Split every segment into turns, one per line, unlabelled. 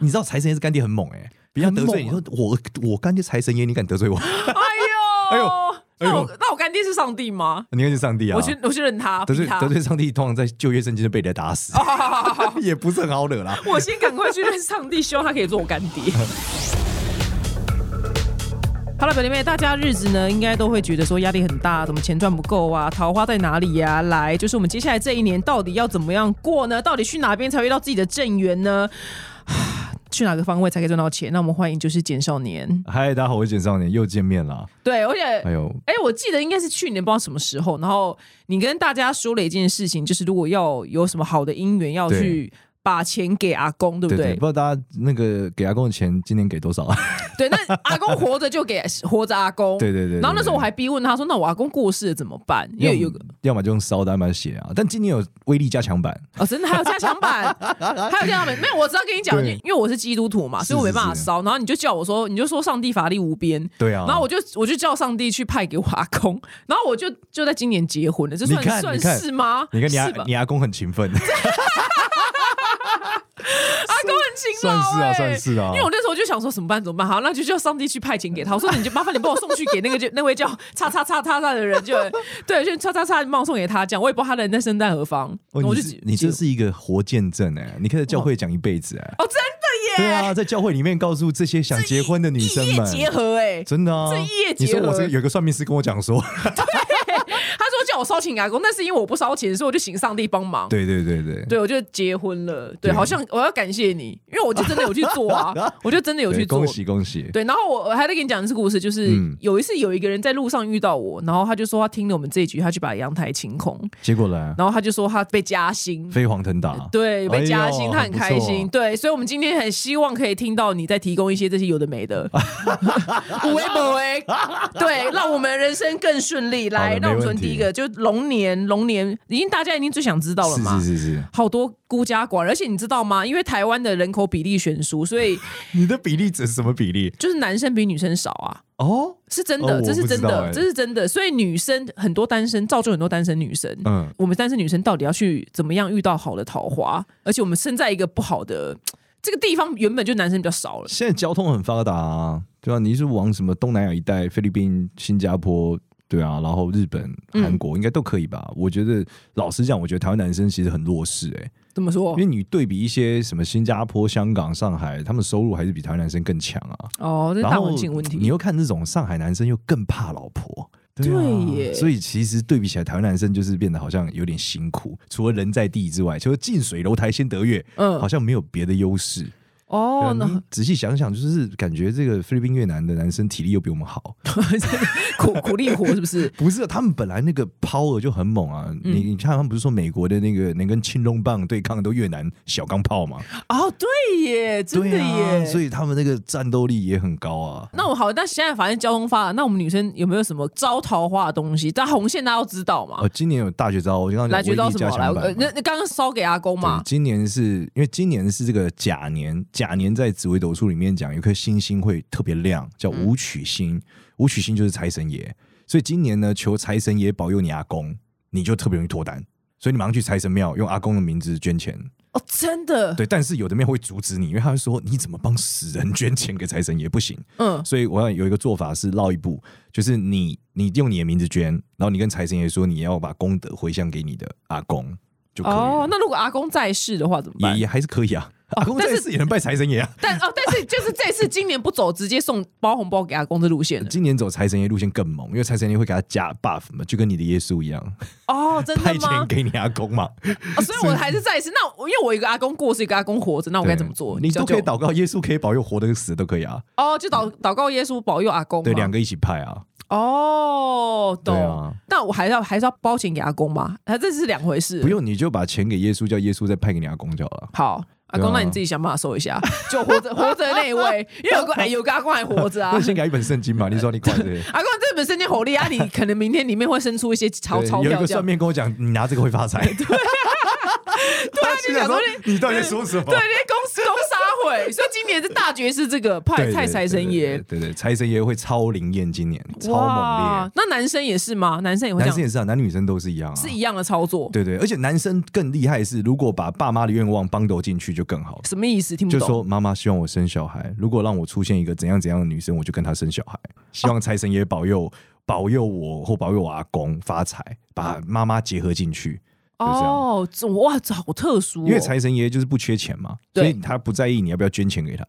你知道财神爷是干爹很猛哎、别人家得罪你说
很啊
我我干爹财神爷，你敢得罪我？
哎
哎呦
呦，
哎呦
那我那我干爹是上帝吗？
你看是上帝啊！
我去我去认他，
得
逼
罪
他
得。罪上帝，通常在旧约圣经就被人家打死， 也不是很好惹啦。
我先赶快去认上帝，希望他可以做我干爹。 好了，表弟妹，大家日子呢应该都会觉得说压力很大，怎么钱赚不够啊？桃花在哪里呀、来，就是我们接下来这一年到底要怎么样过呢？到底去哪边才会遇到自己的正缘呢？ 啊去哪个方位才可以赚到钱？那我们欢迎就是简少年。
嗨，大家好，我是简少年，又见面啦。
对，而且
哎呦，
哎、我记得应该是去年不知道什么时候，然后你跟大家说了一件事情，就是如果要有什么好的姻缘，要
对
去把钱给阿公，对不
对
对？
对，不知道大家那个给阿公的钱今年给多少啊？
对，那阿公活着就给活着阿公。
对对对对
然后那时候我还逼问他说：“那我阿公过世了怎么办？”因
要
为有个
要么就用烧的，要么就写啊。但今年有威力加强 版，
哦，真的还有加 强版，还有加强版。没有，我只要跟你讲，因
对
为因为我是基督徒嘛，
是
所以我没
是
办法
是
烧。然后你就叫我说，你就说上帝法力无边。
对啊。
然后我就我就叫上帝去派给我阿公，然后我就就在今年结婚了，这算
你看
算
你看
是吗？
你看你
是吧
阿你阿公很勤奋，
阿公很勤劳、
算是啊
欸
算是啊
因为我那时候就想说怎么办怎么办，好，那就叫上帝去派遣给他。我说你就麻烦你帮我送去给那个就 那位叫叉叉叉叉叉的人，就对，就叉叉叉帮我送给他这样。我也不知道他人在身在何方，
哦，
我
你
就是
你这是一个活见证哎，你可以在教会讲一辈子哎。
哦，真的
对
耶，
啊，在教会里面告诉这些想结婚的女生
异业
们，
结合哎、
真的啊
这一夜，
你
结合
说我这个有一个算命师跟我讲 说，
他说叫我烧请阿公，但是因为我不烧钱，所以我就请上帝帮忙。
对对对对，
对，我就结婚了。对，
对
好像我要感谢你，因为我就真的有去做啊， 我就真的有去
对
做
恭。喜恭喜，
对，然后我我还在跟你讲这个故事，就是
嗯
有一次有一个人在路上遇到我，然后他就说他听了我们这一局，他去把阳台清空，
结果呢，
然后他就说他被加薪，
飞黄腾达，
对，被加薪，
哎呦
他很开心。
很不错
对，所以我们今天很希望可以听到你在提供一些这些有的没 的，无为不为，对，让我们人生更顺利。来，
好的
那我们
没
说
问题
第一个，就龙年，龙年已经大家已经最想知道了嘛。
是是是是，
好多孤家寡人，而且你知道吗？因为台湾的人口比例悬殊，所以
你的比例指什么比例？
就是男生比女生少啊。
哦，
是真的，
哦
这是真
我不知
的，
道欸
这是真的。所以女生很多单身，造就很多单身女生。
嗯，
我们单身女生到底要去怎么样遇到好的桃花？而且我们身在一个不好的这个地方，原本就男生比较少了。
现在交通很发达啊，对吧？你是往什么东南亚一带，菲律宾、新加坡。对啊，然后日本、
嗯
韩国应该都可以吧？我觉得，老实讲，我觉得台湾男生其实很弱势哎、
怎么说
因？为你对比一些什么新加坡、香港、上海，他们收入还是比台湾男生更强啊。
哦，这是
然
大
后
环境问
你
题。
又看这种上海男生又更怕老婆，啊
对耶
所以其实对比起来，台湾男生就是变得好像有点辛苦，除了人在地之外，就是近水楼台先得月，
嗯
好，像没有别的优势。对啊
哦，
你
那
仔细想想，就是感觉这个菲律宾、越南的男生体力又比我们好，
苦 苦力活是不是？
不是啊、他们本来那个 power 就很猛啊。
嗯
你你看，他们不是说美国的那个能跟青龙棒对抗的都越南小钢炮吗？
哦，对耶，真的
对啊，
耶。
所以他们那个战斗力也很高啊。
那我好，但现在反正交通发达，那我们女生有没有什么招桃花的东西？但红线大家都知道嘛
哦，。今年有大绝招，我刚刚
来，
讲
觉得
威力
什
加
么？来，
强
呃
版嘛。
那那刚刚烧给阿公嘛
对，。今年是因为今年是这个甲年，甲年在紫微斗数里面讲，有一颗星星会特别亮，叫
嗯
武曲星。武曲星就是财神爷，所以今年呢，求财神爷保佑你阿公，你就特别容易脱单。所以你马上去财神庙用阿公的名字捐钱，
哦，真的，
对。但是有的庙会阻止你，因为他会说你怎么帮死人捐钱给财神爷不行。
嗯，
所以我要有一个做法是绕一步，就是你你用你的名字捐，然后你跟财神爷说你要把功德回向给你的阿公就可以了。啊
哦，那如果阿公在世的话怎么
也
办？
也还是可以啊。阿公
但
在
是
世也能拜财神爷啊。
但哦，但是就是这次今年不走，直接送包红包给阿公的路 线了。
今年走财神爷路线更猛，因为财神爷会给他加 buff 嘛，就跟你的耶稣一样，
哦，真的
派
吗
钱？给你阿公嘛。
哦所以我还是再一次。那我因为我有一个阿公过世，一个阿公活着，那我
对
该怎么做？
你都可以
教教
祷告，耶稣可以保佑活的跟死的都可以啊。
我哦，就祷祷告耶稣保佑阿公嘛。
对，两个一起派啊。
哦，
对
懂。
啊，
那我还是要还是要包钱给阿公吗？啊，这是两回事。
不用你就把钱给耶稣，叫耶稣再派给你阿公就好了。
好。阿
对
公，
啊
那你自己想办法收一下，就 活着活着的那一位，因为有个哎有个阿公还活着啊
那。先给他一本圣经嘛，你说你快对。
阿公这本身经火力啊，你可能明天里面会生出一些钞
对
钞
有一
票
个
这样
算。命跟我讲，你拿这个会发财。对啊，
就
想
想
说
说
你到底在说什么？
对，连公司公杀毁，所以今年的大决是这个派
对，
蔡财神
对
爷，
对对对对财神爷会超灵验，今年超猛
哇
烈，，
那男生也是吗？男生也会这
男生
样，
也是啊，男女生都是一样啊，
是一样的操作，
对对，而且男生更厉害的是，如果把爸妈的愿望帮斗进去就更好了。
什么意思？听不
就
懂。
说妈妈希望我生小孩，如果让我出现一个怎样怎样的女生，我就跟她生小孩。
哦
希望财神爷保佑保佑我或保佑我阿公发财，把妈妈结合进去。就这样
哦，这哇，这好特殊哦，
因为财神爷就是不缺钱嘛，所
对嗯
以他不在意你要不要捐钱给他，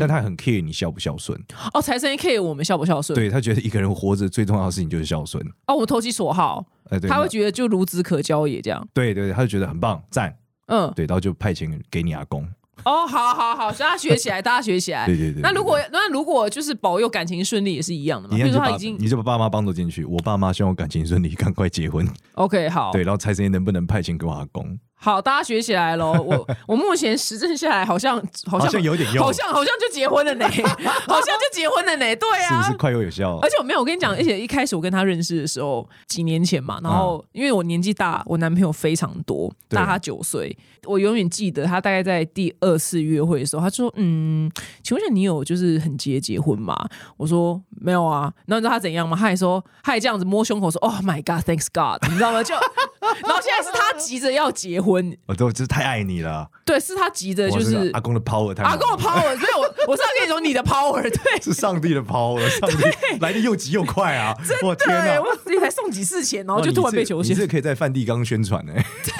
但他很 care 你孝不孝顺。
哦，财神爷 care 我们孝不孝顺，
对他觉得一个人活着最重要的事情就是孝顺。
哦，我们投其所好，
哎、对，
他会
那
觉得就孺子可教也这样，
对对对，他就觉得很棒，赞。
嗯，
对，然后就派钱给你阿公。
哦，好好好，所以他学 起来，大家学起来
对。对对对
哎那如果那如果就是保佑感情顺利也是一样的嘛，
你
比
看
如
就
说他
把
已经
你就把爸妈帮走进去，我爸妈希望我感情顺利， 赶快结婚。
OK 好，
对，然后财神爷能不能派钱给我阿公？
好，大家学起来喽。我 我目前实证下来，好像好像
好像有点用
好像好像就结婚了 呢，好像就结婚了呢。对
是不
啊，
是快又有效？
而且我没有，我跟你讲，而且一开始我跟他认识的时候，几年前嘛，然后因为我年纪大，我男朋友非常多，
嗯对
大他九岁，我永远记得他大概在第二次约会的时候，他说：“嗯，请问一下你有就是很急结结婚吗？”我说：“没有啊。”然后你知道他怎样吗？他还说，他还这样子摸胸口说：“Oh my God, thanks God！” 你知道吗？就 然后现在是他急着要结婚，
我都真是太爱你了，啊
对，是他急
我
着
啊
就
这个
是
阿公的 power 太猛
阿公的 power，所以啊我我是要跟你说你的 power，对。
是上帝的 power，上帝来的又急又快啊！我天
对，
哪！
欸我自己才送几次钱，然后
哇
就
你
突然
这
被求
你
贤
这，可以在梵蒂冈宣传呢，欸
真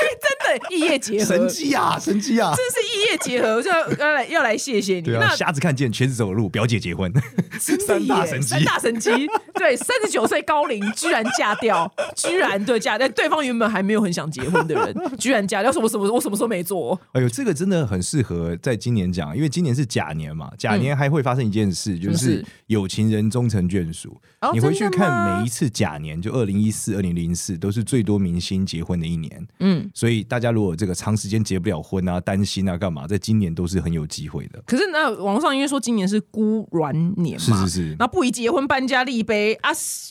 的异业结合
神，迹啊，神迹啊！
真是异业结合，我就要要来要来谢谢你。
对啊，瞎子看见，瘸子走路，表姐结婚，
那真
三
的
大
耶，
神迹
三，大神机，对，三十九岁高龄居然嫁掉，居然对嫁，但对方原本还没有很想结婚的人，居然嫁掉，说我什么我什么时候没做？
哎呦，这个真的很适合在今年讲，因为今年是甲年嘛，甲年还会发生一件事，就
嗯什么
是
事
有情人终成眷属。
哦
你回去
真的吗
看每一次甲年，就二零一四、二零零四，都是最多明星结婚的一年。
嗯，
所以大家如果这个长时间结不了婚啊、担心啊、干嘛，在今年都是很有机会的。
可是那网上因为说今年是孤鸾年
是
嘛，
是是，
那不宜结婚搬家立碑啊，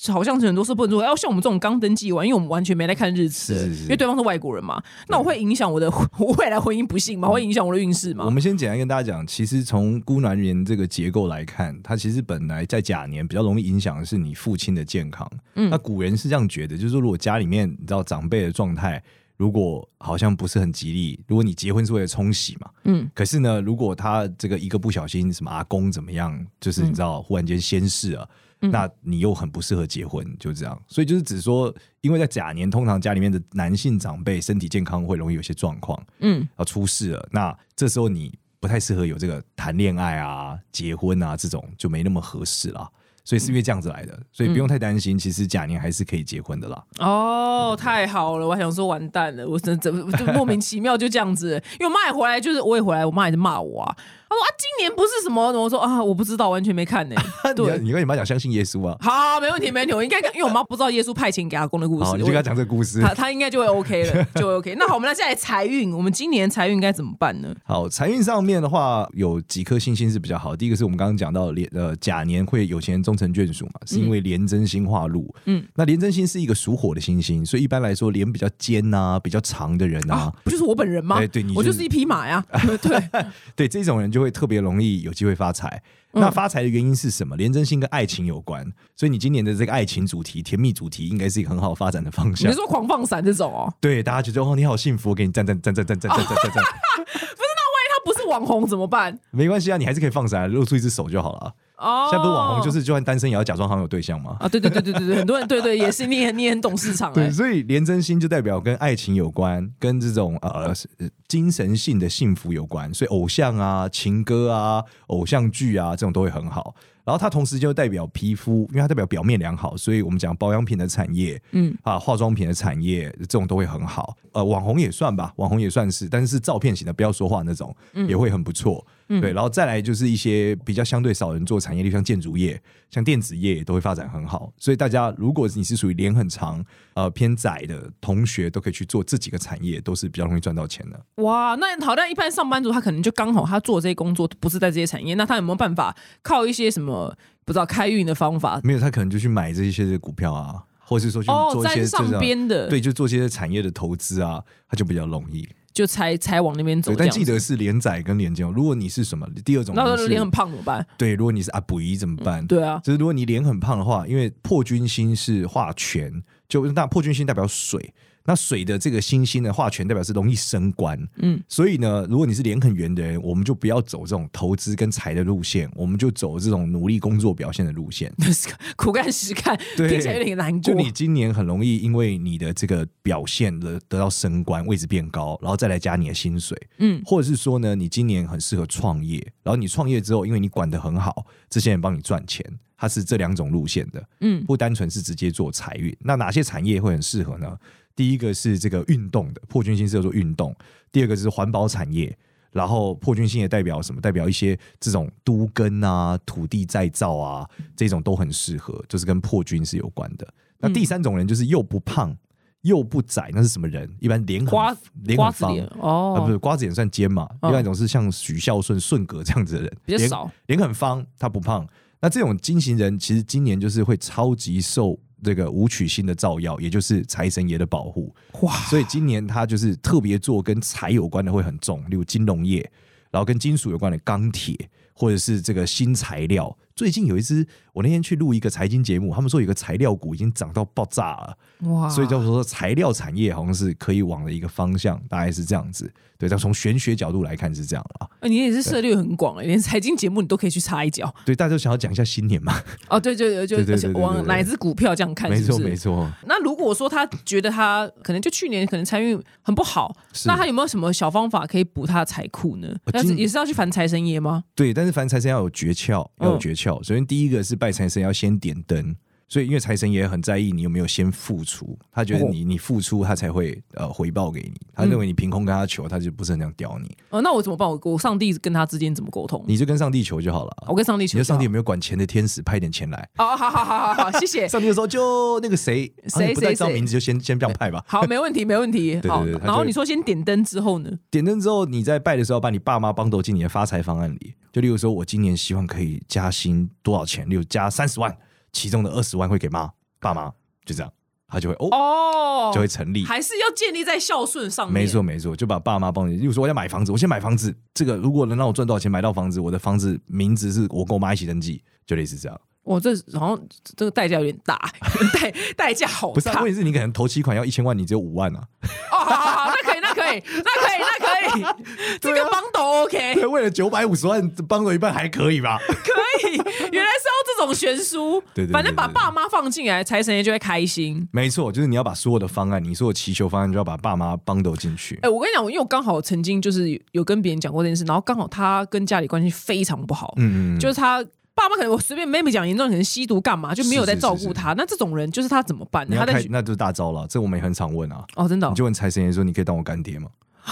好像是很多事不能做。哎要、像我们这种刚登记完，因为我们完全没在看日期的，
是是是
因为对方是外国人嘛，那我会影响我的 我未来婚姻不幸嘛，
嗯
会影响我的运势
我
嘛。
们先简单跟大家讲，其实从孤男人这个结构来看，它其实本来在甲年比较容易影响的是你父亲的健康。嗯，那古人是这样觉得，就是说如果家里面你知道长辈的状态，如果好像不是很吉利，如果你结婚是为了冲喜嘛，
嗯，
可是呢，如果他这个一个不小心什么阿公怎么样，就是你知道、忽然间仙逝啊。那你又很不适合结婚，就这样。所以就是只说，因为在甲年，通常家里面的男性长辈身体健康会容易有些状况，
嗯，
啊出事了，那这时候你不太适合有这个谈恋爱啊、结婚啊这种，就没那么合适啦。所以是因为这样子来
嗯
的，所以不用太担心。其实甲年还是可以结婚的啦。
哦，太好了，我还想说完蛋了，我真怎么就莫名其妙就这样子，因为我妈也回来，就是我也回来，我妈也是骂我啊，她说啊今年不是什么，我说啊我不知道，完全没看呢、
你 要
对。
你跟你妈讲相信耶稣啊，
好，没问题，没问题。我应该跟，因为我妈不知道耶稣派遣给阿公的故事，
好，你就跟她
我
讲这个故事
他。他应该就会 OK 了，就会 OK。那好，我们来再来财运，我们今年财运该怎么办呢？
好，财运上面的话，有几颗星星是比较好。第一个是我们刚刚讲到连呃甲年会有钱人终成眷属嘛，是因为廉贞星化禄。
嗯
嗯，那廉贞星是一个属火的星星，所以一般来说脸比较尖呐、比较长的人啊
啊，，不就是我本人吗？
哎对你
我就
就是
是一匹 马呀。对，
对这种人就会特别容易有机会发财。
嗯
那发财的原因是什么？廉贞星跟爱情有关，所以你今年的这个爱情主题、甜蜜主题，应该是一个很好发展的方
你
向
是。说狂放闪这种哦？
对，大家觉得哦，你好幸福，我给你赞赞赞赞赞赞赞赞赞赞，
那他不是网红怎么办？
没关系啊，你还是可以放闪，露出一只手就好了啊。
哦，
现在不是网红，就是就算单身也要假装好像有对象吗？
啊，对对对对对对，很多人对对也是，你很你很懂市场哎
对，。所以廉贞星就代表跟爱情有关，跟这种呃是呃精神性的幸福有关，所以偶像啊、情歌啊、偶像剧啊这种都会很好。然后它同时就代表皮肤，因为它代表表面良好，所以我们讲保养品的产业，
嗯
嗯啊，化妆品的产业这种都会很好。呃，网红也算吧，网红也算是，但是是照片型的，不要说话那种，也会很不错。对，然后再来就是一些比较相对少人做产业，例如像建筑业、像电子业也都会发展很好。所以大家，如果你是属于脸很长、呃偏窄的同学，都可以去做这几个产业，都是比较容易赚到钱的。
哇，那好，但一般上班族他可能就刚好他做这些工作不是在这些产业，那他有没有办法靠一些什么不知道开运的方法？
没有，他可能就去买这一些的股票啊，或是说去
哦
做，一些
沾
这种、
上边的，
对，就做一些产业的投资啊，他就比较容易。
就才才往那边走
对，
这
但
样
记
子。
得是连载跟连肩。如果你是什么第二种
那
人
如
是，
果脸很胖怎么办？
对，如果你是阿布依怎么办？
对啊，
就是如果你脸很胖的话，因为破军星是化权，就那破军星代表水，那水的这个星星的化权代表是容易升官，
嗯，
所以呢，如果你是脸很圆的人，我们就不要走这种投资跟财的路线，我们就走这种努力工作表现的路线。
苦干实干，
对
听起来有点难
就
过。
你今年很容易因为你的这个表现得得到升官，位置变高，然后再来加你的薪水，
嗯，
或者是说呢，你今年很适合创业，然后你创业之后，因为你管得很好，这些人帮你赚钱，它是这两种路线的，
嗯，
不单纯是直接做财运。那哪些产业会很适合呢？第一个是这个运动的，破军星适合做运动；第二个是环保产业。然后破军星也代表什么？代表一些这种都耕啊、土地再造啊，这种都很适合，就是跟破军是有关的。那第三种人就是又不胖又不窄，那是什么人？一般脸很
瓜
脸
瓜
很
子
方
脸，
啊，不
哦，
是瓜子也算尖嘛。
嗯
另外一种是像许孝顺、顺格这样子的人，
比较
脸
少，
脸很方，他不胖。那这种金型人，其实今年就是会超级受这个武曲星的照耀，也就是财神爷的保护。
哇，
所以今年他就是特别做跟财有关的会很重，例如金融业，然后跟金属有关的钢铁，或者是这个新材料。最近有一只，我那天去录一个财经节目，他们说有个材料股已经涨到爆炸了。
哇，
所以叫做材料产业好像是可以往的一个方向，大概是这样子。对，但从玄学角度来看是这样啊。
哎你也是涉猎很广哎，连财经节目你都可以去插一 脚。
对，大家都想要讲一下新年嘛？
哦，对对对
对
就
对
而且
对对对
往
对
哪一只股票这样看，
没
哎是不
错，
是
没错。
那如果说他觉得他可能就去年可能财运很不好，
是
那他有没有什么小方法可以补他的财库呢？
呃
那是
今
也是要去烦财神爷吗？
对，但是凡财神要有诀窍，要有
嗯
诀窍。首先第一个是拜财神要先点灯，所以因为财神爷很在意你有没有先付出，他觉得
哦
你你付出，他才会呃回报给你。他认
嗯
为你凭空跟他求，他就不是很想屌你，
哦，那我怎么办？我我上帝跟他之间怎么沟通？哦
你就跟上帝求就好了。啊
我跟上帝
你
求
说
教。
上帝有没有管钱的天使派点钱来？
哦，好好好好好，谢 谢。
上帝就说就那个谁，啊你
谁
不再
谁
知道
谁
名字就先先这样派吧。
好，没问题，没问题。
对
好
对对，他
然
就
后
会
你说先点灯之后呢？
点灯之后，你在拜的时候，把你爸妈帮投进你的发财方案里。就例如说，我今年希望可以加薪多少钱？例如加三十万，其中的二十万会给妈爸妈，就这样，他就会哦，
哦，
就会成立。
还是要建立在孝顺上面。
没错，没错，就把爸妈帮你。例如说，我要买房子，我先买房子。这个如果能让我赚多少钱买到房子，我的房子名字是我跟我妈一起登记，就类似这样。
哇，这好像这个代价有点大， 代代价好
不是、啊，
大。
问题是你可能头期款要一千万，你只有五万啊。
哦，好好好，那可以，那可以，那可以，那可以，这个帮斗 OK。
啊对，啊为了九百五十万帮了一半，还可以吧？
可以，原来是要这种悬殊。
对对对
反正把
对对
爸妈放进来，财神爷就会开心。
没错，就是你要把所有的方案，你所有祈求方案，就要把爸妈帮投进去。
哎、我跟你讲，我因为我刚好曾经就是有跟别人讲过这件事，然后刚好他跟家里关系非常不好，
嗯嗯嗯。
就是他爸妈可能我随便妹妹讲严重，可能吸毒干嘛就没有在照顾他。那这种人就是他怎么办呢？
你
他
要
在
开那就是大招了，这我们也很常问啊。
哦，真的哦、
你就问财神爷说：“你可以当我干爹吗？”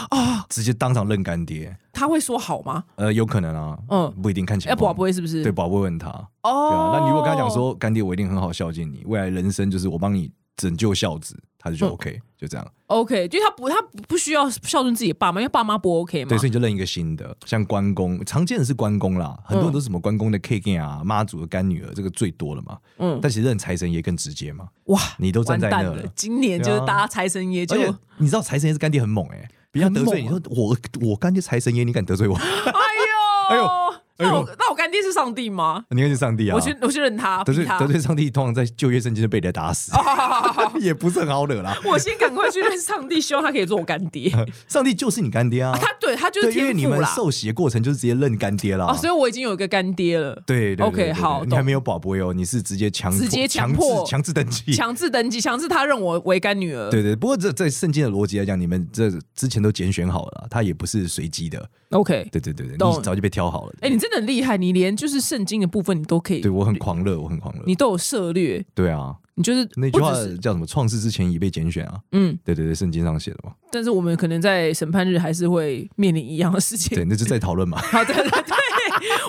啊，直接当场认干爹，
他会说好吗？
呃，有可能啊，
嗯
嗯，不一定看起来。
哎，宝不会是不是？
对，宝贝问他，对啊。，
哦
那你如果跟他讲，说干爹，我一定很好孝敬你，未来人生就是我帮你拯救孝子，他就觉得
嗯
OK，就这样。
OK，就是他不，他不不需要孝顺自己的爸妈，因为爸妈不 OK 嘛
对，。所以你就认一个新的，像关公，常见的是关公啦，很多
嗯
人都是什么关公的 K K 啊，妈祖的干女儿，这个最多了嘛。
嗯，
但其实认财神爷更直接嘛，
哇，
你都
完
站在那
蛋
了
了，，今年就是
对啊
大家财神爷就哦
而且你知道财神爷是干爹很猛哎、别人家得罪你
很啊
说我我干爹财神爷，你敢得罪我？
哎呦，
哎呦
那我、
哎
那我干爹是上帝吗？
你该去上帝啊！
我去我去认他，
得
逼
罪
他。
得罪上帝，通常在旧约圣经就被人家打 死，也不是很好惹啦。
我先赶快去认上帝，希望他可以做我干 爹。
上帝就是你干爹啊，
他对他就是
对，因为
天
你
赋
们
啦。
受洗的过程就是直接认干爹啦
啊，。所以我已经有一个干爹了。
对对对
OK，
对对
好
你
懂
还没有宝贝哦，你是直接强迫
直接强
强
迫
制强制登记。
强制登记，强制他认我为干女儿。
对对，不过这在圣经的逻辑来讲，你们这之前都拣选好了啦，他也不是随机的。
，OK。
对对对对，
懂
你早就被挑好了。
哎、你真的很厉害，你连就是圣经的部分你都可以
对，我很狂热，我很狂热。
你都有涉猎，
对啊，
你就是
那句
不
话
只是
叫什么？创世之前已被拣选啊。
嗯，
对对对，圣经上写的嘛。
但是我们可能在审判日还是会面临一样的事情
对，。那就再讨论嘛。
好，对对对，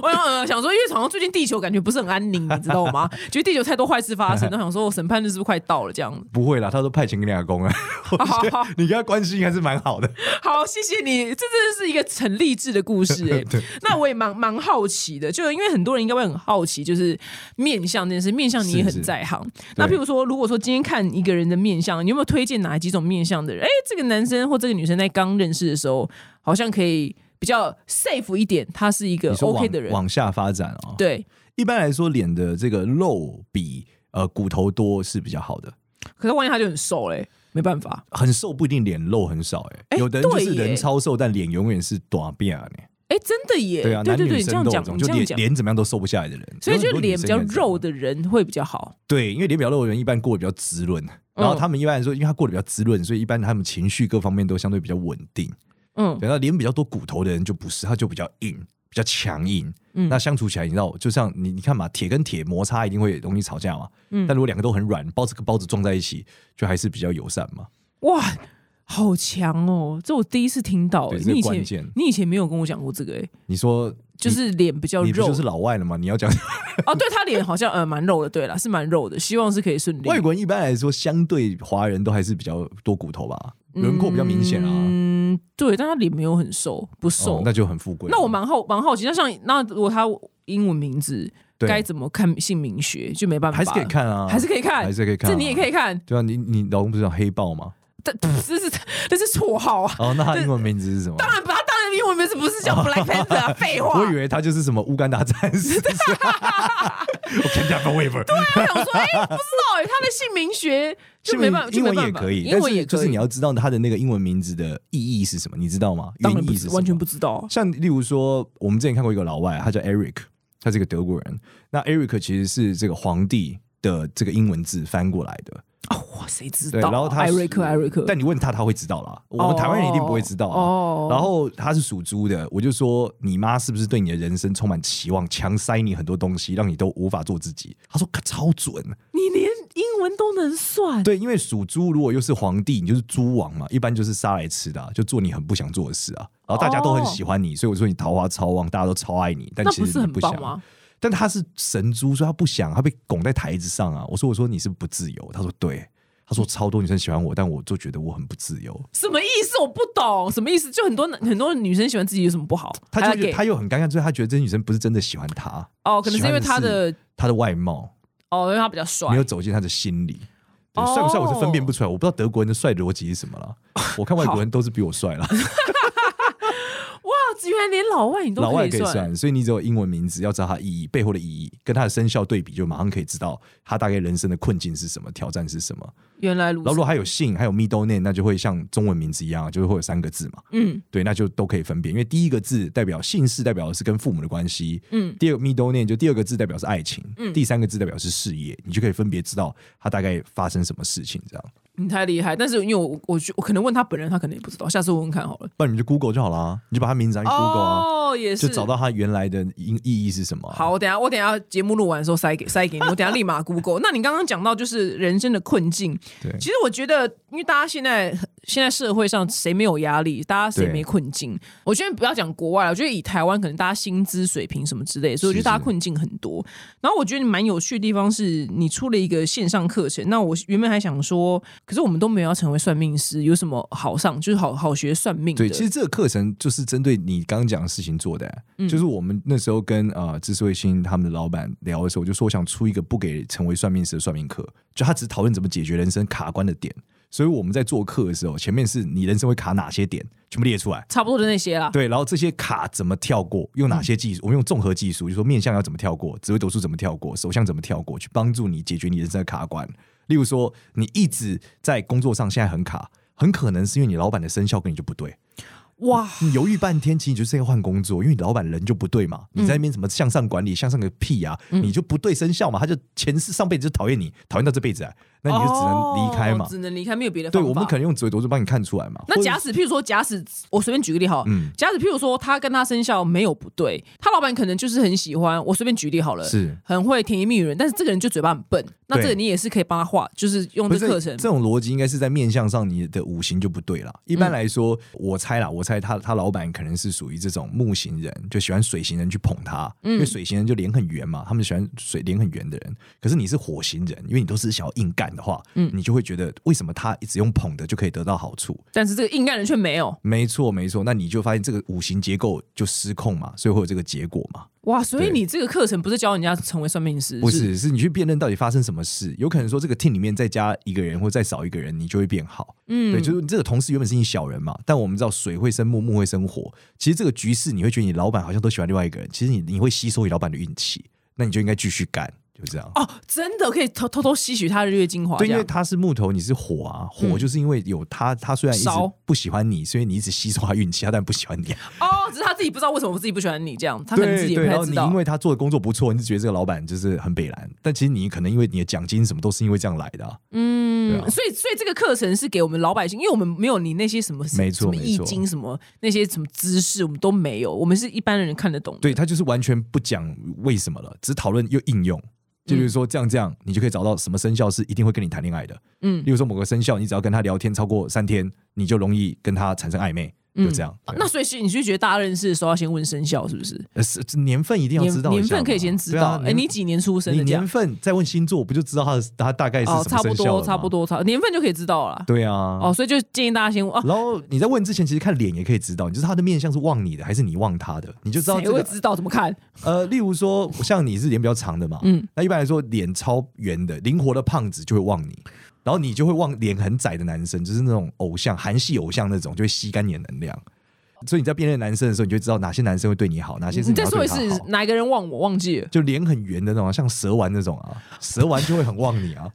我想呃想说，因为好像最近地球感觉不是很安宁，你知道吗？ 觉得地球太多坏事发生，都想说哦我审判日是不是快到了？这样子。
不会啦，他都派遣给你阿公了。 我觉
好好 好
得你跟他关系还是蛮好的。
好，谢谢你，这真的是一个很励志的故事哎、
对
那我也蛮蛮好奇的，就因为很多人应该会很好奇，就是面相这件事，面相你也
是
很
是
在行。那譬
对
如说，如果说今天看一个人的面相，你有没有推荐哪几种面相的人？哎，这个男生或这个女生在刚认识的时候，好像可以比较 safe 一点，他是一个
你说往
OK 的人。
往下发展哦。
对，
一般来说，脸的这个肉比呃骨头多是比较好的。
可是万一他就很瘦嘞，没办法。
很瘦不一定脸肉很少、欸，哎、
哎
有的人就是
对耶
人超瘦，但脸永远是短变呢。
哎，真的耶，
对啊，
对
男
对
女
你这
生
样
都有
讲
这，种，
你
就
这样
脸
讲。
脸怎么样都瘦不下来的人。
所以
有
就
很多
脸
女
比
生
较
也是这样
肉，的人会比较好，
对，因为脸比较肉的人一般过得比较滋润，然
嗯
后他们一般来说，因为他过得比较滋润，所以一般他们情绪各方面都相对比较稳定。
嗯，
对，那脸比较多骨头的人就不是，他就比较硬，比较强硬。
嗯
那相处起来，你知道，就像你你看嘛，铁跟铁摩擦一定会容易吵架嘛。
嗯
但如果两个都很软，包子跟包子撞在一起，就还是比较友善嘛。
哇，好强哦！这我第一次听到、
对
欸，
这
你以
个关键
前你以前没有跟我讲过这个、欸，
你说，
就是脸比较
你不
哦肉
就是老外了吗？你要 讲
哦，对他脸好像呃蛮肉的，对啦，是蛮肉的，希望是可以顺利。
外国人一般来说，相对华人都还是比较多骨头吧，轮廓比较明显啊。
嗯，对，但他脸没有很瘦，不
哦
瘦。
那就很富贵。
那我蛮好蛮好奇，那像那如果他英文名字
对
该怎么看姓名学就没办法，
还是可以、看啊，
还是可以看，
还是可以看啊
这你也可以看，
对啊，你你老公不是叫黑豹吗？
但 这是这是绰号啊。
哦，那他英文名字是什么？
当然，他当然英文名字不 是叫 Black Panther，啊废话。
我以为他就是什么乌干达战 士。我 can't have a waiver。
我想说，哎、不知道哎、他的姓名学就没办法，
英
就没
文
办
也
法
可以，
英文也
但是就
可
是
以。
你要知道他的那个英文名字的意义是什么，你知道吗？
当
原
然不
意
知
是什么
完全不知道啊，
像例如说，我们之前看过一个老外，他叫 Eric，他是一个德国人。那 Eric 其实是这个皇帝的这个英文字翻过来的，
哦哇，谁知
对，
道啊？
然后他
艾
是
瑞克，艾瑞克，
但你问他，他会知道啦。我们台湾人一定不会知道啊。
哦
然后他是属猪的，我就说你妈是不是对你的人生充满期望，强塞你很多东西，让你都无法做自己？他说可超准，
你连英文都能算，
对，因为属猪如果又是皇帝，你就是猪王嘛，一般就是杀来吃的啊、就做你很不想做的事啊。然后大家都很喜欢你，所以我说你桃花超旺，大家都超爱你，但
哦那
其
不
实
是
你
很
不
棒
想。
吗？
但他是神猪，所以他不想，他被拱在台子上啊。我说我说你是不自由，他说对，他说超多女生喜欢我，但我就觉得我很不自由。
什么意思？我不懂，什么意思？就很多男很多女生喜欢自己有什么不好？
他
还
就
要
觉得
给
他又很尴尬，所以他觉得这女生不是真的喜欢他，
哦，可能是因为
喜
他
欢的
的
他的外貌
哦，因为他比较帅
没，有走进他的心里。对
哦
帅不帅我是分辨不出来，我不知道德国人的帅逻辑是什么了。我看外国
哦
人都是比我帅了，
哇，原来连老外你都
老外可以
算，
算，所以你只有英文名字要知道它意义背后的意义，跟它的生肖对比，就马上可以知道他大概人生的困境是什么，挑战是什么。
原来如
然后如
此，
果还有姓，还有 middle name，那就会像中文名字一样啊，就是会有三个字嘛。
嗯
对，那就都可以分辨，因为第一个字代表姓氏，代表的是跟父母的关系；
嗯
第二个 middle name 就第二个字代表是爱情，
嗯
第三个字代表是事业，你就可以分别知道他大概发生什么事情这样。
你太厉害。但是因为我我去我可能问他本人，他可能也不知道，下次我问看好了。
不然你就 Google 就好啦，你就把他名字拿去 Google 啊，
哦，也是
就找到他原来的意意义是什么啊、
好，我等一下我等一下节目录完的时候塞给 塞给你，我等一下立马 Google。那你刚刚讲到就是人生的困境，
对
其实我觉得，因为大家现在现在社会上谁没有压力，大家谁没困境？我觉得不要讲国外了，我觉得以台湾可能大家薪资水平什么之类的，所以我觉得
是
大家困境很多。然后我觉得你蛮有趣的地方是你出了一个线上课程，那我原本还想说，可是我们都没有要成为算命师，有什么好上就是好好学算命的？
对，其实这个课程就是针对你刚刚讲的事情做的、就是我们那时候跟呃知识卫星他们的老板聊的时候，我就说我想出一个不给成为算命师的算命课，就他只讨论怎么解决人生卡关的点。所以我们在做课的时候，前面是你人生会卡哪些点，全部列出来。
差不多的那些啦。
对，然后这些卡怎么跳过？用哪些技术？我们用综合技术，就说面相要怎么跳过，紫微斗数怎么跳过，手相怎么跳过，去帮助你解决你人生的卡关。例如说，你一直在工作上现在很卡，很可能是因为你老板的生肖跟你就不对。
哇，
你犹豫半天，其实你就是要换工作，因为你老板人就不对嘛。
嗯
你在那边什么向上管理，向上个屁啊！你就不对生肖嘛，他就前世上辈子就讨厌你，讨厌到这辈子来，那那你就只能离开嘛
哦。只能离开，没有别的方
对，
法。
我们可能用嘴朵就帮你看出来嘛。
那
或者
假使，譬如说，假使我随便举个例好了，
嗯
假使譬如说他跟他生肖没有不对，他老板可能就是很喜欢，我随便举例好了，
是
很会甜言蜜语人，但是这个人就嘴巴很笨，那
对
这个你也是可以帮他画，就是用
不
这
是
个课程
这种逻辑应该是在面相上你的五行就不对了。一般
嗯
来说，我猜啦，我猜他他老板可能是属于这种木型人，就喜欢水型人去捧他，
嗯
因为水型人就脸很圆嘛，他们喜欢水脸很圆的人。可是你是火型人，因为你都是想要硬干的话，
嗯
你就会觉得为什么他只用捧的就可以得到好处？
但是这个硬干人却没有
没错，没错，那你就发现这个五行结构就失控嘛，所以会有这个结果嘛。
哇，所以
对
你这个课程不是教人家成为算命师，
不是，是你去辨认到底发生什么事。有可能说这个 team 里面再加一个人或再少一个人，你就会变好。嗯，对，就是这个同事原本是你小人嘛，但我们知道水会生木，木会生火。其实这个局势，你会觉得你老板好像都喜欢另外一个人，其实你你会吸收你老板的运气，那你就应该继续干，就这样。
哦，真的可以偷偷偷吸取他的日月精华，
对，
这
因为
样
他是木头，你是火啊，火
嗯
就是因为有他，他虽然一直
烧
不喜欢你，所以你一直吸收他运气，他但不喜欢你。
哦，只是他自己不知道为什么我自己不喜欢你这 样，他可能自
对
己也
对，
不
然
太
后
知
你
道
因。为他做的工作不错，你就觉得这个老板就是很北蓝，但其实你可能因为你的奖金什么都是因为这样来的啊、对
嗯，
啊
所以所以这个课程是给我们老百姓，因为我们没有你那些什么
没
什
错
么
没
易
错
经什么那些什么知识，我们都没有，我们是一般人看得懂的。
对他就是完全不讲为什么了，只讨论又应
嗯
用。就比如说这样这样，你就可以找到什么生肖是一定会跟你谈恋爱的。
嗯
例如说某个生肖，你只要跟他聊天超过三天，你就容易跟他产生暧昧，就这样。
啊
对
那所以是你是觉得大家认识的时候要先问生肖是不是？
呃是是年份一定要
年
知道一下
年份
嘛
可以先知
对
道，
啊
哎、
年
你几年出生
你
的这样
年？份再问星座，不就知道他的他大概是
哦，
什
差
么
不
生肖了
多，
吗
差不。多，差年份就可以知道了啦。
对啊。
哦，所以就建议大家先问哦，
然后你在问之前，其实看脸也可以知道，你就是他的面相是望你的，还是你望他的，你就知道
谁
这
会
个
知道怎么看？
呃，例如说，像你是脸比较长的嘛，
嗯
嗯，那一般来说脸超圆的、灵活的胖子就会望你，然后你就会望脸很窄的男生，就是那种偶像、韩系偶像那种，就会吸干你的能量。所以你在辨认男生的时候，你就会知道哪些男生会对你好，哪些是
嗯你再
要
说
对
一
他
次，
好。
哪一个人忘我忘记了？
就脸很圆的那种啊，像蛇丸那种啊，蛇丸就会很望你 啊。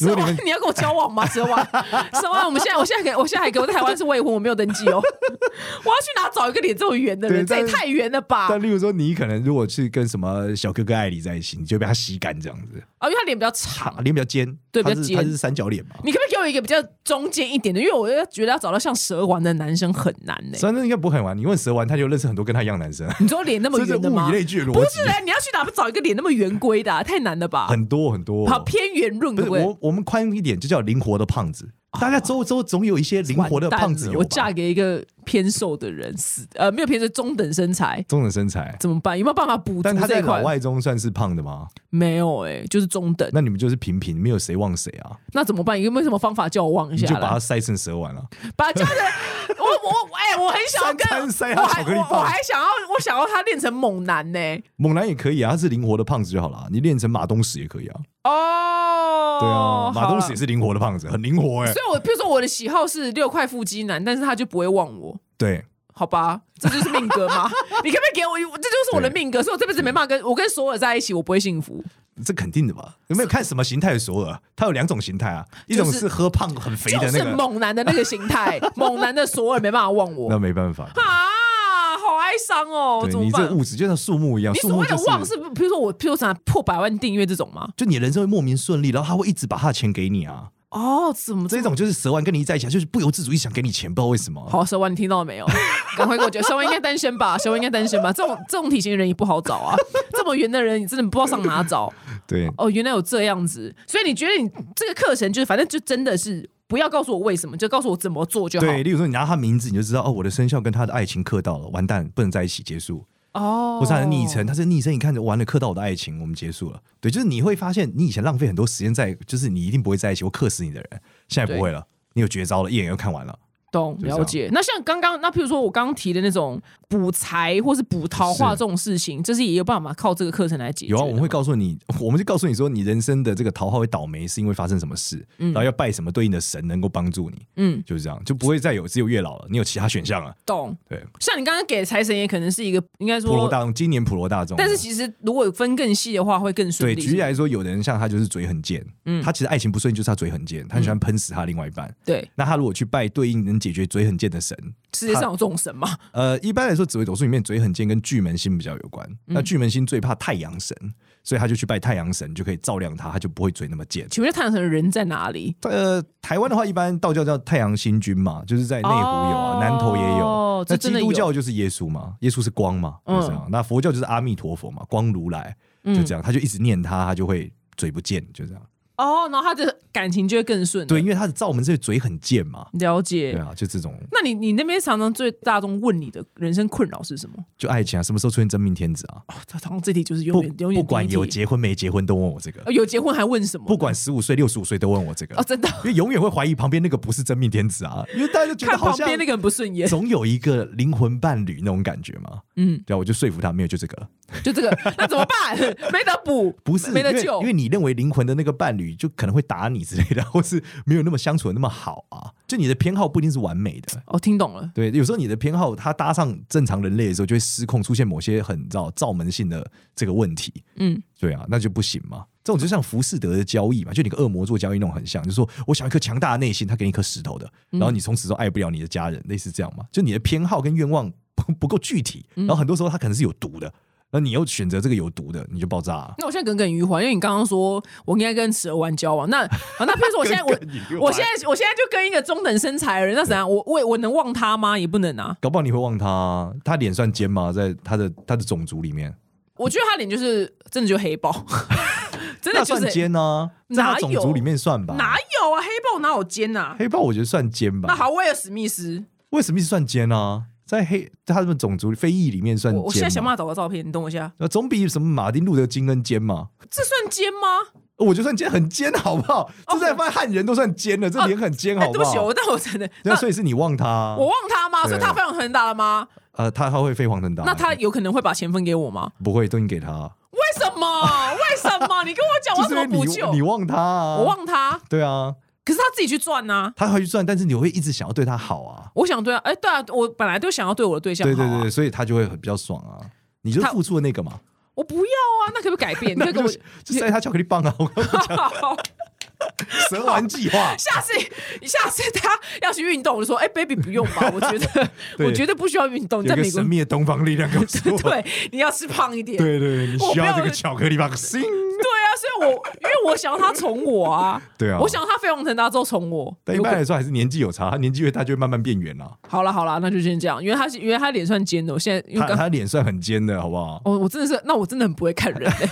如果
蛇
你
丸
们，
你要跟我交往吗？蛇丸，蛇丸，我们现在，我现在给，我现在还给我在台湾是未婚，我没有登记 哦。我要去哪找一个脸这么圆的人？
对
这也
但是
太圆了吧！
但例如说，你可能如果去跟什么小哥哥艾里在一起，你就会被他吸干这样 子，
啊，因为他脸比较长
啊，，脸比较尖，
对
他
比较
是
尖
他是三角脸嘛。
你可不可以给我一个比较中间一点的？因为我要觉得要找到像蛇丸的男生很难呢、
所以那应该不会很玩，你问蛇丸，他就认识很多跟他一样的男生。
你说脸那么
这是
圆的
物
吗
以？类聚的逻
不
辑
是，啊嘞，你要去哪找一个脸那么圆规的、啊？太难了吧？
很多很多。
好偏圆润，
不是
对对？
我我们宽一点就叫灵活的胖子，大家周周总有一些灵活的
啊完蛋
胖子
了
有
我
吧
嫁给一个偏瘦的人，死呃没有偏瘦，中等身材。
中等身 材，
怎么办？有没有办法补
但
足
他
这
在
一块
老？外中算是胖的 吗？
没有哎、就是中等。
那你们就是平平，没有谁旺谁啊，
那怎么办？有没有什么方法叫我望一
你
下
就把
啦
他？塞成蛇丸啊了。
把这样的，我我哎、我很想要
三
跟，
餐塞
我
他
还
巧克力
我
棒
我还想要，我想要他练成猛男呢、
猛男也可以啊，他是灵活的胖子就好了。啊你练成马东石也可以啊，
哦，
对啊，马东石
好
也
啦
是灵活的胖子，很灵活哎
所。以我譬如说我的喜好是六块腹肌男，但是他就不会忘我，
对，
好吧？这就是命 格吗？你可不可以给我一？这就是我的命格，所以我这辈子没办法跟我跟索尔在一起，我不会幸福。
这肯定的吧？有没有看什么形态的索尔？他有两种形态啊，一种
就是
是喝胖很肥
就
的
是
那个，
猛男的那个形 态，猛男的索尔没办法忘我
那没办法。
啊，好哀伤哦，
对
怎么
你
办
这？物质就像树木一样，
你
树
所
木
谓的
就是
旺是，比如说我，譬如想破百万订阅这种吗？
就你人生会莫名顺利，然后他会一直把他的钱给你啊。
哦，怎么
这
么
种就是蛇丸跟你在一起啊，就是不由自主一直想给你钱，不知道为什么。
好？蛇丸，你听到了 没有？赶快给我觉得，蛇丸应该单身吧？蛇丸应该单身吧？这种这种体型的人也不好找啊，这么圆的人，你真的不知道上哪找。
对，
哦，原来有这样子，所以你觉得你这个课程就是，反正就真的是不要告诉我为什么，就告诉我怎么做就好。
对，例如说你拿他名字，你就知道哦，我的生肖跟他的爱情克到了，完蛋，不能在一起，结束。
哦，
或是他的昵称，他是昵称，你看着完了克到我的爱情，我们结束了。对，就是你会发现，你以前浪费很多时间在，就是你一定不会在一起，我克死你的人，现在不会了，你有绝招了，一眼就看完了。
懂
这样
了解。那像刚刚那，譬如说我刚刚提的那种补财或是补桃花
是
这种事情，这是也有办法靠这个课程来解决的
有啊，
吗。
我们会告诉你， 我们就告诉你说，你人生的这个桃花会倒霉，是因为发生什么事，然后要拜什么对应的神能够帮助你，
嗯
就是这样，就不会再有只有月老了，你有其他选项啊了。
懂。
对，
像你刚刚给的财神爷，可能是一个应该
普罗
说，
大众，今年普罗大众，
嗯
啊
但是其实如果分更细的话，会更顺
对，
利。
举例来说，有的人像他就是嘴很贱，
嗯
他其实爱情不顺就是他嘴很贱，他很喜欢喷死他另外一半。
对
那他如果去拜对应能解决嘴很贱的神。
世界上有这种神吗？
呃，一般来说，紫微斗数里面嘴很贱跟巨门星比较有关。
嗯
那巨门星最怕太阳神，所以他就去拜太阳神，就可以照亮他，他就不会嘴那么贱。
请问太阳神的人在哪里？
呃，台湾的话，一般道教叫太阳星君嘛，就是在内湖有啊，
哦
南投也有。
这
那
真
基
的
督
有
教就是耶稣嘛，耶稣是光嘛，
嗯
就是这样。那佛教就是阿弥陀佛嘛，光如来，就这样。他就一直念他，他就会嘴不贱，就这样。
哦，然后他的感情就会更顺。
对，，因为他的造门这个嘴很贱嘛，
了
对
解。
啊，就这种
那你你那边常常最大众问你的人生困扰是什么？
就爱情啊，什么时候出现真命天子啊？
哦，他常常这题就是永
不
远永远
不管
第一
有
题
结婚没结婚都问我这个
哦，有结婚还问什么？
不管十五岁六十五岁都问我这个
哦，，真的
因为永远会怀疑旁边那个不是真命天子啊，因为大家就 觉
看
得好
旁
像
边那个人不顺 眼，
总有一个灵魂伴侣那种感觉嘛。
嗯，
对啊，我就说服他没有就这个了，
就这个，那怎么 办？没得补，
不是
没得
因为
救
因为你认为灵魂的那个伴侣就可能会打你之类的， 或是没有那么相处的那么好啊，就你的偏好不一定是完美的。
哦，听懂了，
对，有时候你的偏好它搭上正常人类的时候，就会失控，出现某些很你知道造门性的这个问题。
嗯，
对啊，那就不行嘛。这种就像浮士德的交易嘛，就你跟恶魔做交易那种很像，就是说我想要一颗强大的内心，他给你一颗石头的，
嗯
然后你从此都爱不了你的家人，类似这样嘛。就你的偏好跟愿望 不不够具体，
嗯
然后很多时候它可能是有毒的，那你又选择这个有毒的，你就爆炸、啊。
那我现在耿耿于怀，因为你刚刚说我应该跟蛇丸交往，那啊，那比 如说我现在
耿耿于怀
我我现在我现在就跟一个中等身材的人，那怎样？我我我能忘他吗？也不能啊。
搞不好你会忘他啊、他脸算尖吗？在他的他的种族里面，
我觉得他脸就是真的就黑豹， 真的
那
就
算
是
尖啊，在他
哪
种
有
族里面算吧。
哪有啊？黑豹哪有尖呐、啊？
黑豹我觉得算尖吧。
那好，威尔史密斯，
为什么一直算尖啊？在黑他们种族非裔里面算
我
尖嘛，
我现在想办法找个照片，你等我一下，
那总比什么马丁路德金恩尖嘛。
这算尖吗？
我就算尖很尖，好不好？这在发现汉人都算尖了，这脸很尖，
哎、
好
哦对不起，
好？
我但我真的，
那
那
所以是你忘他啊，
我忘他吗？
对
所以他非常很大了吗？
呃，他他会飞黄腾达，
那他有可能会把钱分给我吗？
不会都你给他，
为什么？为什么？你跟我讲，我
就
要
是因
怎
为
么补
你
救？
你忘他啊，
我，忘他，
对啊，
可是他自己去赚呐、
他会去赚，但是你会一直想要对他好啊，
我想对啊，哎、对啊，我本来就想要对我的对象
对
好、啊，
对对，对所以他就会很比较爽啊。你就是
他
付出的那个嘛，
我不要啊，那可不可以改 变？你可以跟
就
我
是就塞他巧克力棒啊！ 我刚刚蛇丸计划，
下次下次他要去运动，我就说，哎、b a b y 不用 吧，我觉得
对
我觉得不需要运动，
有
在
一个
美国
神，秘的东方力量告诉我，
对，你要吃胖一点，
对对，你
我
需要
没有
这个巧克力 棒，星
对啊，所以我因为我想要他宠我 啊，
对啊
我想要他飞黄腾达之后宠我，
但一
有
般
可
来说还是年纪有差，他年纪越大就会慢慢变圆啦、
好了好了，那就先这样，因为他是因为他脸算尖的，我现在因为
他
刚。哦
他脸算很尖的，好不好？
我、我真的是，那我真的很不会看人、欸。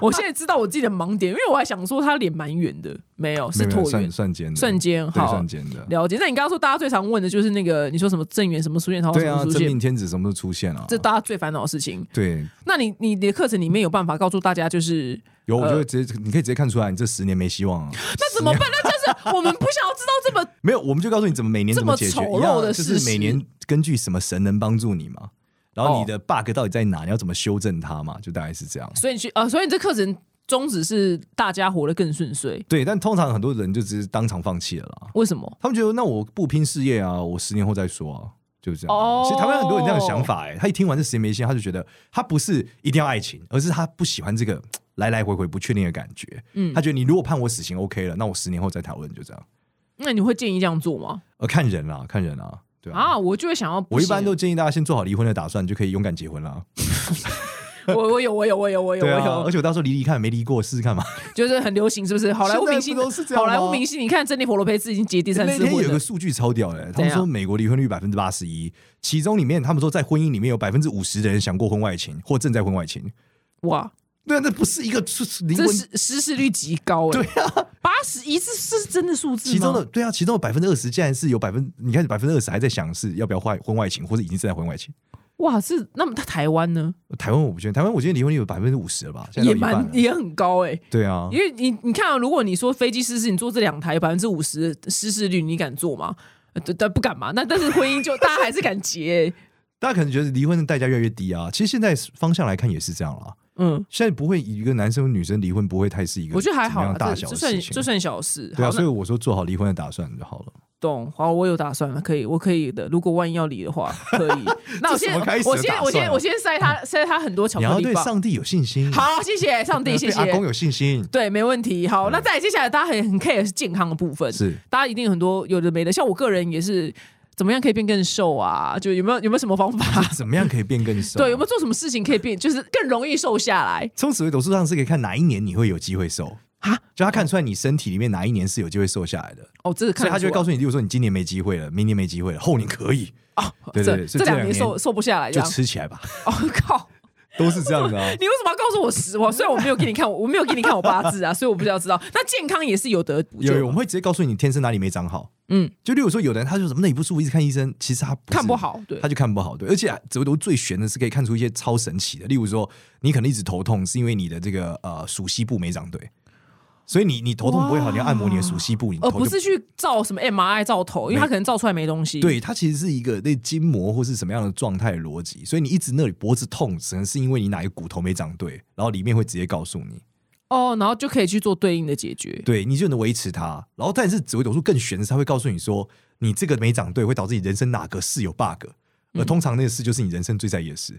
我现在知道我自己的盲点，因为我还想说他脸蛮圆的，没有是
没有没有
椭圆
算，算尖的，
算尖
对，
好
算尖的。
了解。那你刚刚说大家最常问的就是那个，你说什么正缘什么出现，桃花
对
什
啊，
么出
真
现，
命天子什么时候出现啊？
这大家最烦恼的事情。
对，
那你你的课程里面有办法告诉大家，就是
有我
呃
就会直接，你可以直接看出来，你这十年没希 望啊。
那怎么办？那就是我们不想要知道这么
没有，我们就告诉你怎么每年
这
怎么
么
解决，
丑
一样
陋
啊
的
就
事
是
实
每年根据什么神能帮助你嘛，然后
哦
你的 bug 到底在哪，你要怎么修正它嘛，就大概是这样。
所以你去呃，所以你这课程宗旨是大家活得更顺遂，
对，但通常很多人就只是当场放弃了啦，
为什么？
他们觉得那我不拼事业啊，我十年后再说啊。就是这样啊，
哦
其实台湾很多人这样的想法、哎，他一听完这十年没希望，他就觉得他不是一定要爱情，而是他不喜欢这个来来回回不确定的感觉。
嗯
他觉得你如果判我死刑 OK 了，那我十年后再讨论，就这样。
那你会建议这样做吗？
呃，看人啦，看人啦，对啊。
啊，我就会想要，
我一般都建议大家先做好离婚的打算，就可以勇敢结婚啦。
我我有我有我有我有
对
我
啊，而
有，
且我到时候离离看，没离过试试看嘛。
就是很流行，是不是？好莱坞明
现
星
在不都是这样
好
吗
莱坞明星，你看珍妮佛罗佩兹已经结第三
那
次
天
婚
有
了
个，数据超屌的、他
怎
们
样
说美国离婚率百分之八十一，其中里面他们说在婚姻里面有百分之五十的人想过婚外情或正在婚外情。
哇，
对啊，那不是一个是是离
这
婚
是失视率极高哎、
对啊，
八十一这这是真的数字吗？
其中的对啊，其中的百分之二十竟然是有百分，你看百分之二十还在想是要不要坏婚外情，或者已经正在婚外情。
哇，是那么他台湾呢
台湾我不确定，台湾我觉得离婚率有百分之五十了吧，现在
也
到一半了
蛮也很高哎、
对啊
因，为你你看、啊，如果你说飞机失事，你做这两台百分之五十失事率，你敢做吗？呃但但不敢嘛。那但是婚姻就大家还是敢结、欸
大家可能觉得离婚的代价越来越低啊，其实现在方向来看也是这样啦。
嗯，
现在不会一个男生或女生离婚不会太是一个
我觉得还
怎
好
么样
啦，
大
这
小
这
的
算
事
这
情。
算小事。
对啊，
好，
所以
那
我说做好离婚的打算就好了。
懂。好，我有打算了，可以，我可以的。如果万一要离的话，可 以。那我
这
先
什么开始的
我先
打算啊
我先我先塞他塞他很多巧
你
克
要
力
对
棒。
上帝有信心，
好，谢谢上帝，
对
谢
阿公
谢。
有信心，
对，没问题。好，那再来接下来，大家很很 care 是健康的部分。
是
大家一定有很多有的没的，像我个人也是，怎么样可以变更瘦啊？就有没有有没有什么方法？
怎么样可以变更瘦？
对，有没有做什么事情可以变，就是更容易瘦下来？
从紫微斗数上是可以看哪一年你会有机会瘦
啊？
就他看出来你身体里面哪一年是有机会瘦下来的，
哦，这个看
所以
得
他就会
出来
告诉你，例如说你今年没机会了，明年没机会了，后年可以，
哦，
对对对所以
这这
这
两
两
年
年
瘦瘦不下来这
就
样。
吃起来吧，
哦靠！
都是这样的啊。
你为什么要告诉我实话？虽然我没有给你看我，我没有给你看我八字啊，所以我不知道知道。那健康也是有得补救
有
的，
有，我们会直接告诉你天生哪里没长好。
嗯，
就例如说，有的人他就什么那里不舒服，一直看医生，其实他不是
看不，好，对
他，就看不好。对，而且啊紫微斗数最玄的是可以看出一些超神奇的，例如说，你可能一直头痛是因为你的这个呃属膝部没长对，所以你你头痛不会好，
哇
你要按摩你的属膝部，你
而
头就
哦不是去照什么 MRI 照头，因为他可能照出来没东西。，
对，它其实是一个那筋膜或是什么样的状态的逻辑，所以你一直那里脖子痛，只能是因为你哪一个骨头没长对，然后里面会直接告诉你，
哦，然后就可以去做对应的解决。
对你就能维持它。然后，但是紫微斗数更玄的是，它会告诉你说，你这个没长对，会导致你人生哪个事有 bug，而通常那个事就是你人生最在意的事，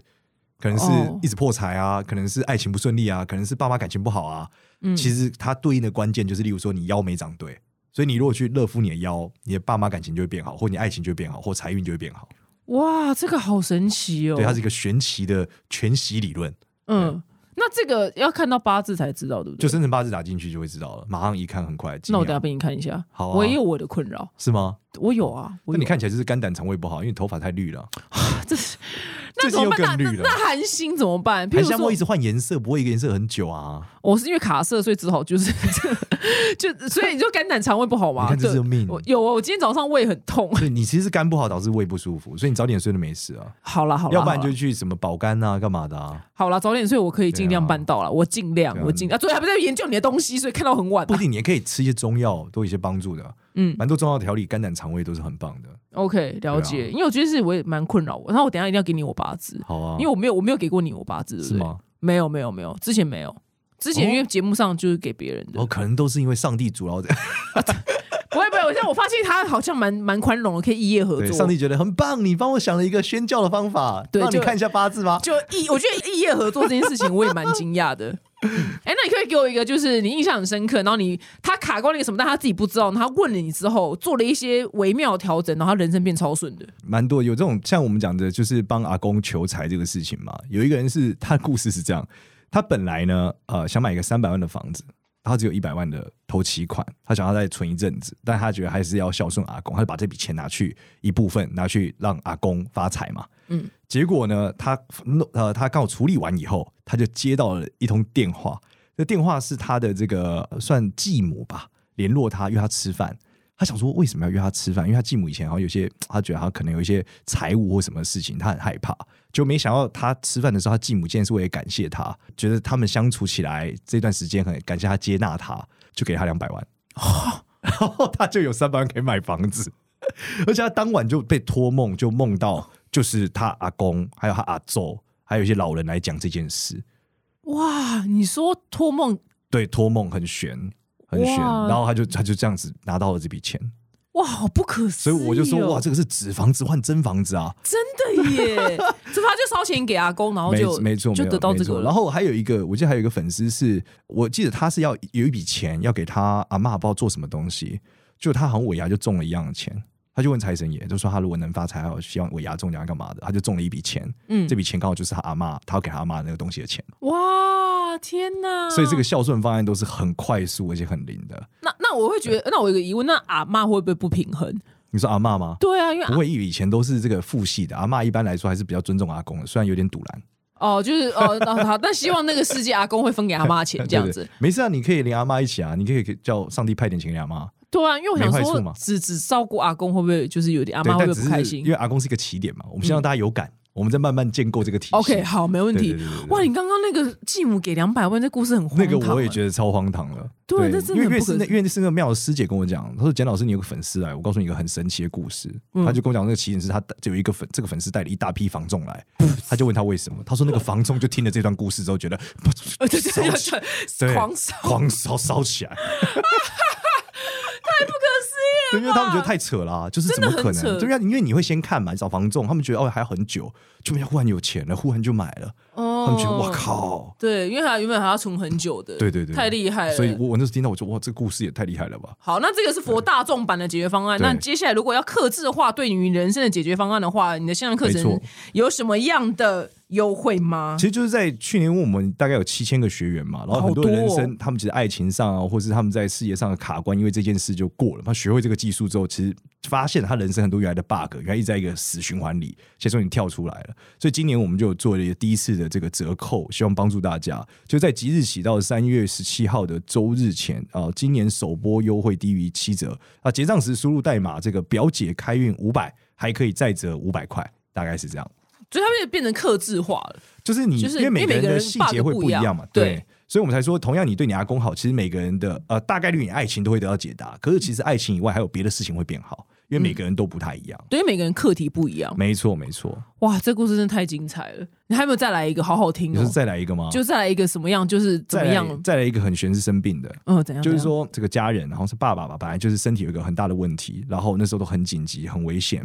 可能是
嗯哦
一直破财啊，可能是爱情不顺利啊，可能是爸妈感情不好啊。
嗯
其实它对应的关键就是，例如说你腰没长对。所以你如果去热敷你的腰，你的爸妈感情就会变好，或你爱情就会变好，或财运就会变好。
哇，这个好神奇哦。
对，它是一个玄奇的全息理论，
嗯，那这个要看到八字才知道，对不对？
就生辰八字打进去就会知道了，马上一看很快。几
那我
秒
等下给你看一下。
好啊
我也有我的困扰，
是吗？
我有啊，我
那
有
你看起来就是肝胆肠胃不好，因为你头发太绿了，
这是那
最
怎
近
么
又
办？
更
那
绿了。
那那韩星怎么办？譬
还
如
是
说
会一，直换颜色，不会一个颜色很久 啊！
我是因为卡色，所以只好就是 就所以你就肝胆肠胃不好
你
嘛。
看这
对
是命。
我有啊，我今天早上胃很痛。
所以你其实是肝不好导致胃不舒服，所以你早点睡就没事啊。
好啦好啦，
要不然
好啦
就去什么保肝啊，干嘛的啊？
好啦，早点睡我可以尽量
对啊
办到啦，我尽量
对啊
我尽啊，昨天还不在研究你的东西，所以看到很晚
不
啊。
一定，你也可以吃一些中药，都有一些帮助的。
嗯
蛮多中药调理肝胆肠胃都是很棒的。
，OK，了
对
解。
啊
因为我觉得是我也蛮困扰我，然后我等一下一定要给你我八字，
好啊，
因为我没有我没有给过你我八字，对不
是
对？
吗？
没有没有没有，之前没有，之前
哦
因为节目上就是给别人的，
哦，可能都是因为上帝阻挠的。
不会不会，我现在我发现他好像蛮蛮宽容的，可以异 业合
对，
作。
上帝觉得很棒，你帮我想了一个宣教的方法，
对
让你
就
看一下八字吗？
就异，我觉得异业合作这件事情我也蛮惊讶 的。嗯哎、那你可以给我一个，就是你印象很深刻，然后你他卡关了一个什么，但他自己不知道，然后他问了你之后，做了一些微妙的调整，然后他人生变超顺的。
蛮多有这种像我们讲的，就是帮阿公求财这个事情嘛。有一个人是他的故事是这样，他本来呢，呃，想买一个三百万的房子，他只有一百万的头期款，他想要再存一阵子，但他觉得还是要孝顺阿公，他就把这笔钱拿去一部分拿去让阿公发财嘛。
嗯，
结果呢，他弄呃，他刚好处理完以后，他就接到了一通电话，这电话是他的这个呃算继母吧，联络他约他吃饭。他想说为什么要约他吃饭？因为他继母以前好像有些，他觉得他可能有一些财务或什么事情，他很害怕。就没想到他吃饭的时候，他继母竟然是为了感谢他，觉得他们相处起来这段时间很感谢他接纳他，就给他两百万， 然后他就有三百万可以买房子。而且他当晚就被托梦，就梦到就是他阿公，还有他阿周，还有一些老人来讲这件事。
哇，你说托梦，
对，托梦很悬，很悬。
哇
然后他就他就这样子拿到了这笔钱，
哇，好不可思
所
议、
以
哦！
我就说哇，这个是纸房子换真房子啊，
真的耶，所以他就烧钱给阿公，然后
没
就
没错，
就
没有
得到
没
这个
错
了。
然后还有一个，我记得还有一个粉丝是，我记得他是要有一笔钱要给他阿妈，不知道做什么东西，就他好像尾牙就中了一样的钱。他就问财神爷，就说他如果能发财，好希望尾牙中奖干嘛的，他就中了一笔钱。
嗯啊
这笔钱刚好就是他阿妈，他要给他阿妈那个东西的钱。
哇，天哪！
所以这个孝顺方案都是很快速而且很灵的。
那那我会觉得，那我有一个疑问，那阿妈会不会不平衡？
你说阿嬷吗？
对啊，因为阿
不会，以前都是这个父系的阿嬷一般来说还是比较尊重阿公的，虽然有点堵拦。
哦，就是哦，那好，但希望那个世界阿公会分给阿妈钱这 样
对
子。
对没事啊，你可以连阿嬷一起啊，你可以叫上帝派点钱给阿嬷。
对啊，因为我想
没坏处嘛
说，只只照顾阿公会不会就是有点阿
对
妈，会
但
不
只
会
是
不开
因为
心嗯
阿公是一个起点嘛，我们先让大家有感，我们再慢慢建构这个体系。
？OK，好，没问题
对对对对。对
哇，你刚刚那个继母给两百万，这故事很荒
那
唐欸。
个我也觉得超荒唐了。
对那真的
因为因
很
为
不可
是那
思
因为是那个妙的师姐跟我讲，她说简老师你有个粉丝来，我告诉你一个很神奇的故事。
嗯
她就跟我讲那个起点是她就有一个粉这个粉丝带了一大批房仲 来，她就问他为什么，她说那个房仲就听了这段故事之后觉 得
呃，对对
烧起
对，
对
狂烧，
狂烧烧起来，
不可思议
对，
了
因为他们觉得太扯了啊、就是怎么可
真的很
能？
扯
对啊，因为你会先看嘛，找房仲，他们觉得哦还要很久，就没忽然有钱了，忽然就买了，
哦
他们觉得哇，靠，
对，因为他原本还要存很久的，
对对对，
太厉害了。
所以我我那时候听到我说哇，这故事也太厉害了吧？
好，那这个是佛大众版的解决方案。
对
那接下来如果要克制化对你人生的解决方案的话，你的线上课
没
程
错
有什么样的优惠吗
其？实就是在去年，我们大概有七千个学员嘛，然后很多
好多哦
人生、他们其实爱情上啊，或是他们在事业上的卡关，因为这件事就过了。他学会这个技术之后，其实发现他人生很多原来的 bug，原来一直在一个死循环里，先说你跳出来了。所以今年我们就有做了一个第一次的这个折扣，希望帮助大家，就在即日起到三月十七号的周日前啊、呃今年首波优惠低于七折啊，结账时输入代码这个表姐开运五百，还可以再折五百块，大概是这样。
所以他们就变成克制化了。
就是你，
就是
因为每个人
因为每个
的
人
细节会
bug
不一
不一样
样嘛，
对
对，所以我们才说，同样你对你阿公好，其实每个人的呃大概率你爱情都会得到解答，可是其实爱情以外还有别的事情会变好，因
嗯
为每个人都不太一样。
对，因为每个人课题不一样。
没错，没错，
哇，这故事真的太精彩了！你还有没有再来一个？好好听
你
哦
是。再来一个吗？
就再来一个什么样？就是怎
再
么
来
样？
再来一个很悬是生病的，
嗯，怎样？
就是
怎样，
说这个家人，然后是爸爸吧，本来就是身体有一个很大的问题，然后那时候都很紧急、很危险，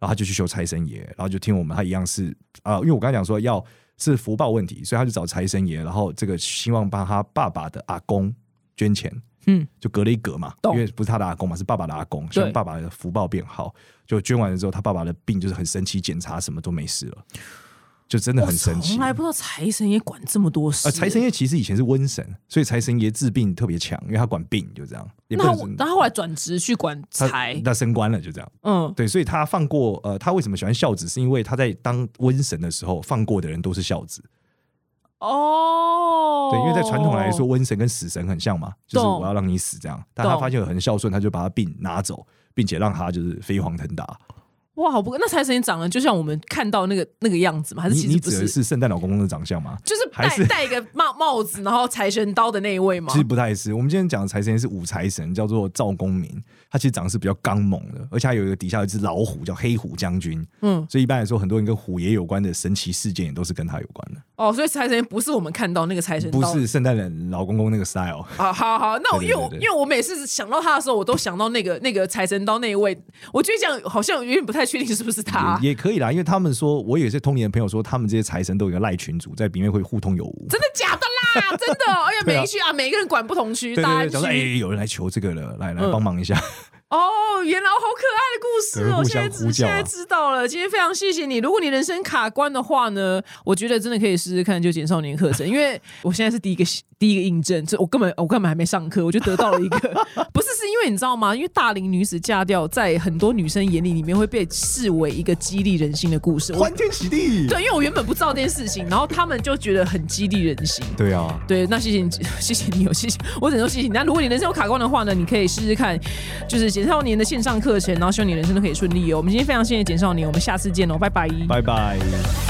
然后他就去求财神爷，然后就听我们他一样是啊、因为我刚才讲说要是福报问题，所以他就找财神爷，然后这个希望帮他爸爸的阿公捐钱，
嗯，
就隔了一隔嘛，
懂
因为不是他的阿公嘛，是爸爸的阿公，希望爸爸的福报变好，就捐完了之后，他爸爸的病就是很神奇，检查什么都没事了，就真的很神
我
奇
从。来不知道财神爷管这么多事。
呃，财神爷其实以前是瘟神，所以财神爷治病特别强，因为他管病，就这样。也
那
不能
他
说
那他后来转职去管
他
财，
他升官了，就这样。
嗯，
对，所以他放过呃，他为什么喜欢孝子，是因为他在当瘟神的时候放过的人都是孝子。
哦，
对，因为在传统来说，，瘟神跟死神很像嘛，就是
懂
我要让你死这样。但他
懂
发现很孝顺，他就把他病拿走，并且让他就是飞黄腾达。
哇，好不，那财神爷长得就像我们看到那个那个样子吗？还是
你
其实
你
不
指的是
是？
圣诞老公公的长相吗？
就是
还
戴
是
戴一个帽帽子，然后财神刀的那一位吗
其？实不太是，我们今天讲的财神爷是五财神，叫做赵公明，他其实长得是比较刚猛的，而且他有一个底下有一只老虎叫黑虎将军，
嗯，
所以一般来说，很多人跟虎爷有关的神奇事件也都是跟他有关的，
哦，所以财神爷不是我们看到那个财神刀，
不是圣诞老公公那个 style。
啊，好好，那我因
对
为
对
我
对
因
对
为我每次想到他的时候，我都想到那个那个财神刀那一位，我觉得这样好像有点不太确定是不是他，
也也可以啦，因为他们说，我有一些通年的朋友说，他们这些财神都有一个赖群主，在里面会互通有无。
真的假的 啦？真的，哎呀，
对啊
每一区啊，每一个人管不同区，
对
大
对对，
家
讲说哎、
区
有人来求这个了，来来
嗯
帮忙一下。
哦，原来好可爱的故事
对
哦！
互
现在
相
知
呼
现
叫啊
在知道了，今天非常谢谢你。如果你人生卡关的话呢，我觉得真的可以试试看就减少年课程，因为我现在是第一个 第一个印证，这我根本我根本还没上课，我就得到了一个 不是是因为你知道吗？因为大龄女子嫁掉，在很多女生眼里里面会被视为一个激励人心的故事。我
欢天喜地。
嗯对，因为我原本不知道这件事情，然后他们就觉得很激励人心。
对啊，
对，那谢谢你， 谢谢你有，哦谢谢我只能说谢谢你。那如果你人生有卡关的话呢，你可以试试看，就是简少年的线上课程，然后希望你人生都可以顺利哦。我们今天非常谢谢简少年，我们下次见哦，拜拜
拜拜。